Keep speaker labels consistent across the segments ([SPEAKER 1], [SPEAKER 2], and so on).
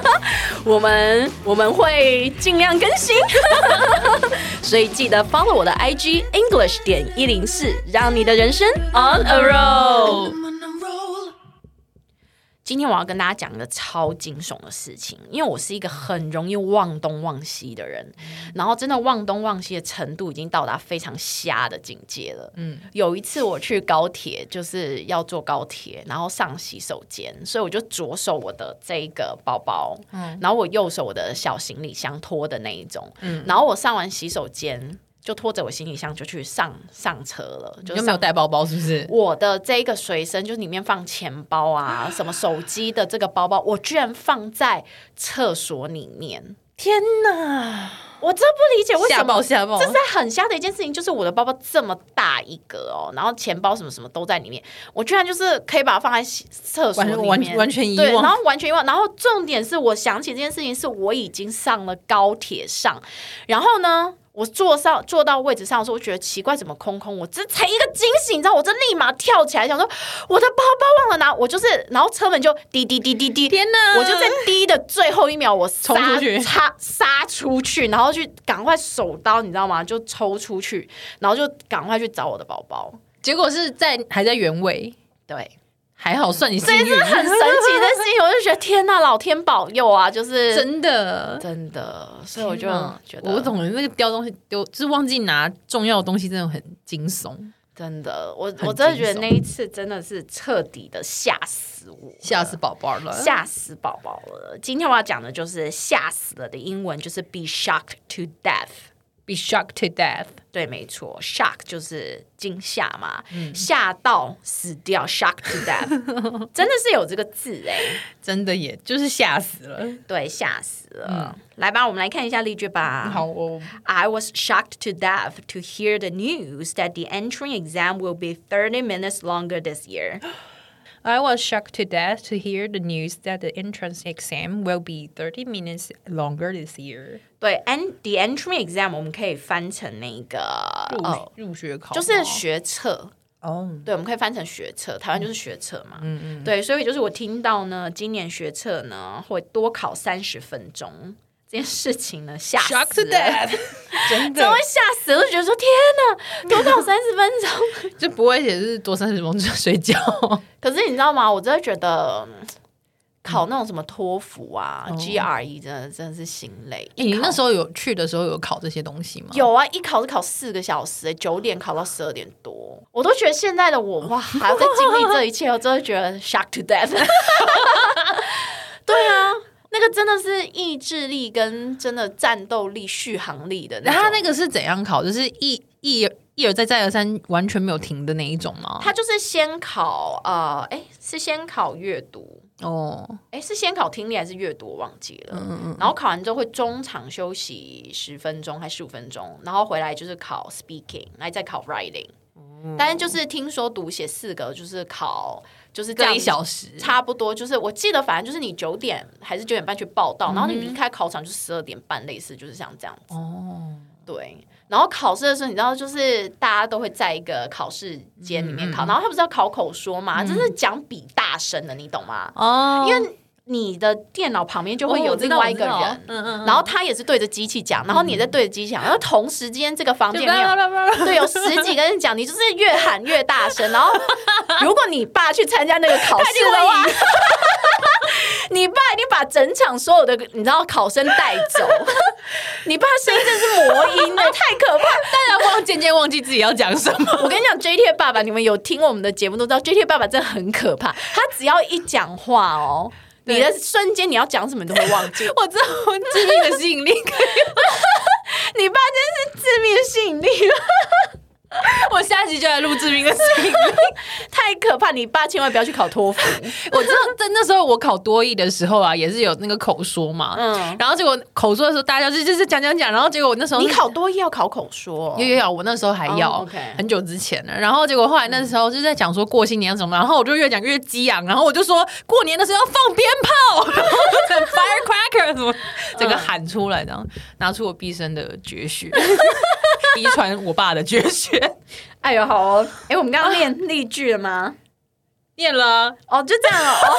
[SPEAKER 1] 我们我们会尽量更新， 所以记得 follow 我的 IG English 点一零四，让你的人生 on a roll。今天我要跟大家讲一个超惊悚的事情，因为我是一个很容易忘东忘西的人，然后真的忘东忘西的程度已经到达非常瞎的境界了。嗯，有一次我去高铁，就是要坐高铁，然后上洗手间，所以我就左手我的这一个包包，嗯，然后我右手我的小行李箱拖的那一种，嗯，然后我上完洗手间。就拖着我行李箱就去上上车了，就是
[SPEAKER 2] 你就没有带包包是不是？
[SPEAKER 1] 我的这一个随身就是里面放钱包 啊，什么手机的这个包包，我居然放在厕所里面，
[SPEAKER 2] 天哪！
[SPEAKER 1] 我真不理解为
[SPEAKER 2] 吓
[SPEAKER 1] 什
[SPEAKER 2] 爆
[SPEAKER 1] 么。
[SPEAKER 2] 吓爆！
[SPEAKER 1] 这是很瞎的一件事情，就是我的包包这么大一个哦，然后钱包什么什么都在里面，我居然就是可以把它放在洗厕所里面，
[SPEAKER 2] 完完完全遗
[SPEAKER 1] 对，
[SPEAKER 2] 忘
[SPEAKER 1] 然后完全遗忘。然后重点是我想起这件事情，是我已经上了高铁上，然后呢，我坐上坐到位置上的时候，我觉得奇怪，怎么空空？我这才一个惊醒，你知道，我这立马跳起来想说，我的包包忘了拿，我就是，然后车门就滴滴滴滴滴，
[SPEAKER 2] 天哪
[SPEAKER 1] 我就在滴的最后一秒，我杀
[SPEAKER 2] 嗯冲出去
[SPEAKER 1] 擦杀出去，然后去赶快手刀，你知道吗？就抽出去，然后就赶快去找我的包包。
[SPEAKER 2] 结果是在还在原位，
[SPEAKER 1] 对，
[SPEAKER 2] 还好算你幸
[SPEAKER 1] 这
[SPEAKER 2] 运，
[SPEAKER 1] 是很神奇的事情，我就觉得天呐，老天保佑啊！就是
[SPEAKER 2] 真的。
[SPEAKER 1] 真的，所以我就
[SPEAKER 2] 天哪
[SPEAKER 1] 觉得
[SPEAKER 2] 我懂了，那个丢东西丢，就是忘记拿重要的东西，真的很惊悚，
[SPEAKER 1] 真的，我
[SPEAKER 2] 很
[SPEAKER 1] 我真的觉得
[SPEAKER 2] 惊悚
[SPEAKER 1] 那一次真的是彻底的吓死我，
[SPEAKER 2] 吓死宝宝了。
[SPEAKER 1] 吓死宝宝了。今天我要讲的就是吓死了的英文，就是 be shocked to death。
[SPEAKER 2] be shocked to death，
[SPEAKER 1] 对，没错，shock 就是惊吓嘛，
[SPEAKER 2] 嗯
[SPEAKER 1] 吓到死掉，shock to death，真的是有这个字哎、
[SPEAKER 2] 真的也就是吓死了。
[SPEAKER 1] 对，吓死了。来吧，我们来看一下例句吧。
[SPEAKER 2] 嗯好，我
[SPEAKER 1] I was shocked to death to hear the news that the entry exam will be 30 minutes longer this year.
[SPEAKER 2] I was shocked to death to hear the news that the entrance exam will be 30 minutes longer this year。
[SPEAKER 1] 对，and the entry exam 我们可以翻成那个呃，
[SPEAKER 2] 入入哦学考
[SPEAKER 1] 就是学测。
[SPEAKER 2] 哦，
[SPEAKER 1] 对，我们可以翻成学测，台湾就是学测嘛。嗯嗯。对，所以就是我听到呢，今年学测呢会多考三十分钟这件事情呢，吓死
[SPEAKER 2] shocked to
[SPEAKER 1] 了，
[SPEAKER 2] death，真
[SPEAKER 1] 真
[SPEAKER 2] 的
[SPEAKER 1] 会吓死了，就觉得说天哪，多考三十分钟。
[SPEAKER 2] 就不会写是多三十分钟就睡 觉。
[SPEAKER 1] 可是你知道吗？我真的觉得嗯考那种什么托福啊、GRE 真的真的是心累。
[SPEAKER 2] 哎你那时候有去的时候有考这些东西吗？
[SPEAKER 1] 有啊，一考是考四个小时、欸，九点考到十二点多，我都觉得现在的我 哇，还要再经历这一切，我真的觉得 shock to death。对啊，那个真的是意志力跟真的战斗力、续航力的
[SPEAKER 2] 那
[SPEAKER 1] 那
[SPEAKER 2] 他
[SPEAKER 1] 种。
[SPEAKER 2] 那个是怎样考？就是一一而一而再再而三，完全没有停的那一种吗？
[SPEAKER 1] 他就是先考呃，哎、是先考阅读，
[SPEAKER 2] 哦，
[SPEAKER 1] 哎、是先考听力还是阅读？我忘记了。然后考完之后会中场休息十分钟还十五分钟，然后回来就是考 speaking，然后再考 writing。但是就是听说读写四个就是考就是这
[SPEAKER 2] 各
[SPEAKER 1] 样
[SPEAKER 2] 一小时，
[SPEAKER 1] 差不多就是我记得，反正就是你九点还是九点半去报到，然后你离开考场就是十二点半，类似就是像这样子。
[SPEAKER 2] 哦，
[SPEAKER 1] 对，然后考试的时候，你知道，就是大家都会在一个考试间里面考，然后他不是要考口说吗？这是讲比大声的，你懂吗？
[SPEAKER 2] 哦，
[SPEAKER 1] 因为你的电脑旁边就会
[SPEAKER 2] 哦
[SPEAKER 1] 有
[SPEAKER 2] 我知
[SPEAKER 1] 另
[SPEAKER 2] 道
[SPEAKER 1] 外一个
[SPEAKER 2] 我知道
[SPEAKER 1] 人，
[SPEAKER 2] 嗯嗯嗯
[SPEAKER 1] 然后他也是对着机器讲，然后你也在对着机器讲，然后同时间这个房
[SPEAKER 2] 就
[SPEAKER 1] 间里面有 对，有十几个人讲，你就是越喊越大声。然后，如果你爸去参加那个考试的话， 你爸一定把整场所有的你知道考生带走。 你爸声音真是魔 音的，欸太可怕！
[SPEAKER 2] 大家忘渐渐忘记自己要讲什么。
[SPEAKER 1] 我跟你讲，J T 爸爸，你们有听我们的节目都知道，J T 爸爸真的很可怕。他只要一讲话哦，你的瞬间你要讲什么你都会忘记。
[SPEAKER 2] 我知道我致命的吸引力，
[SPEAKER 1] 你爸真是致命的吸引力。
[SPEAKER 2] 我下集就来录致命的心 理。
[SPEAKER 1] 太可怕！你爸千万不要去考托福。
[SPEAKER 2] 我知道在那时候我考多艺的时候啊，也是有那个口说嘛，
[SPEAKER 1] 嗯
[SPEAKER 2] 嗯，然后结果口说的时候大家就是就是讲讲讲，然后结果我那时候
[SPEAKER 1] 你考多要考口说哦
[SPEAKER 2] 有，有有，我那时候还要、
[SPEAKER 1] 哦，OK
[SPEAKER 2] 很久之前了。然后结果后来那时候就在讲说过新年什么，然后我就越讲越激昂，然后我就说过年的时候要放鞭炮， 然后 firecracker 什么，整个喊出来，然后拿出我毕生的绝学， 遗传我爸的绝学，
[SPEAKER 1] 哎呦，好哦！哎，我们刚刚练例句了吗？
[SPEAKER 2] 念了，
[SPEAKER 1] 哦，就这样了。哦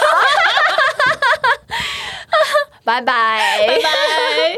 [SPEAKER 1] 拜拜。
[SPEAKER 2] 拜。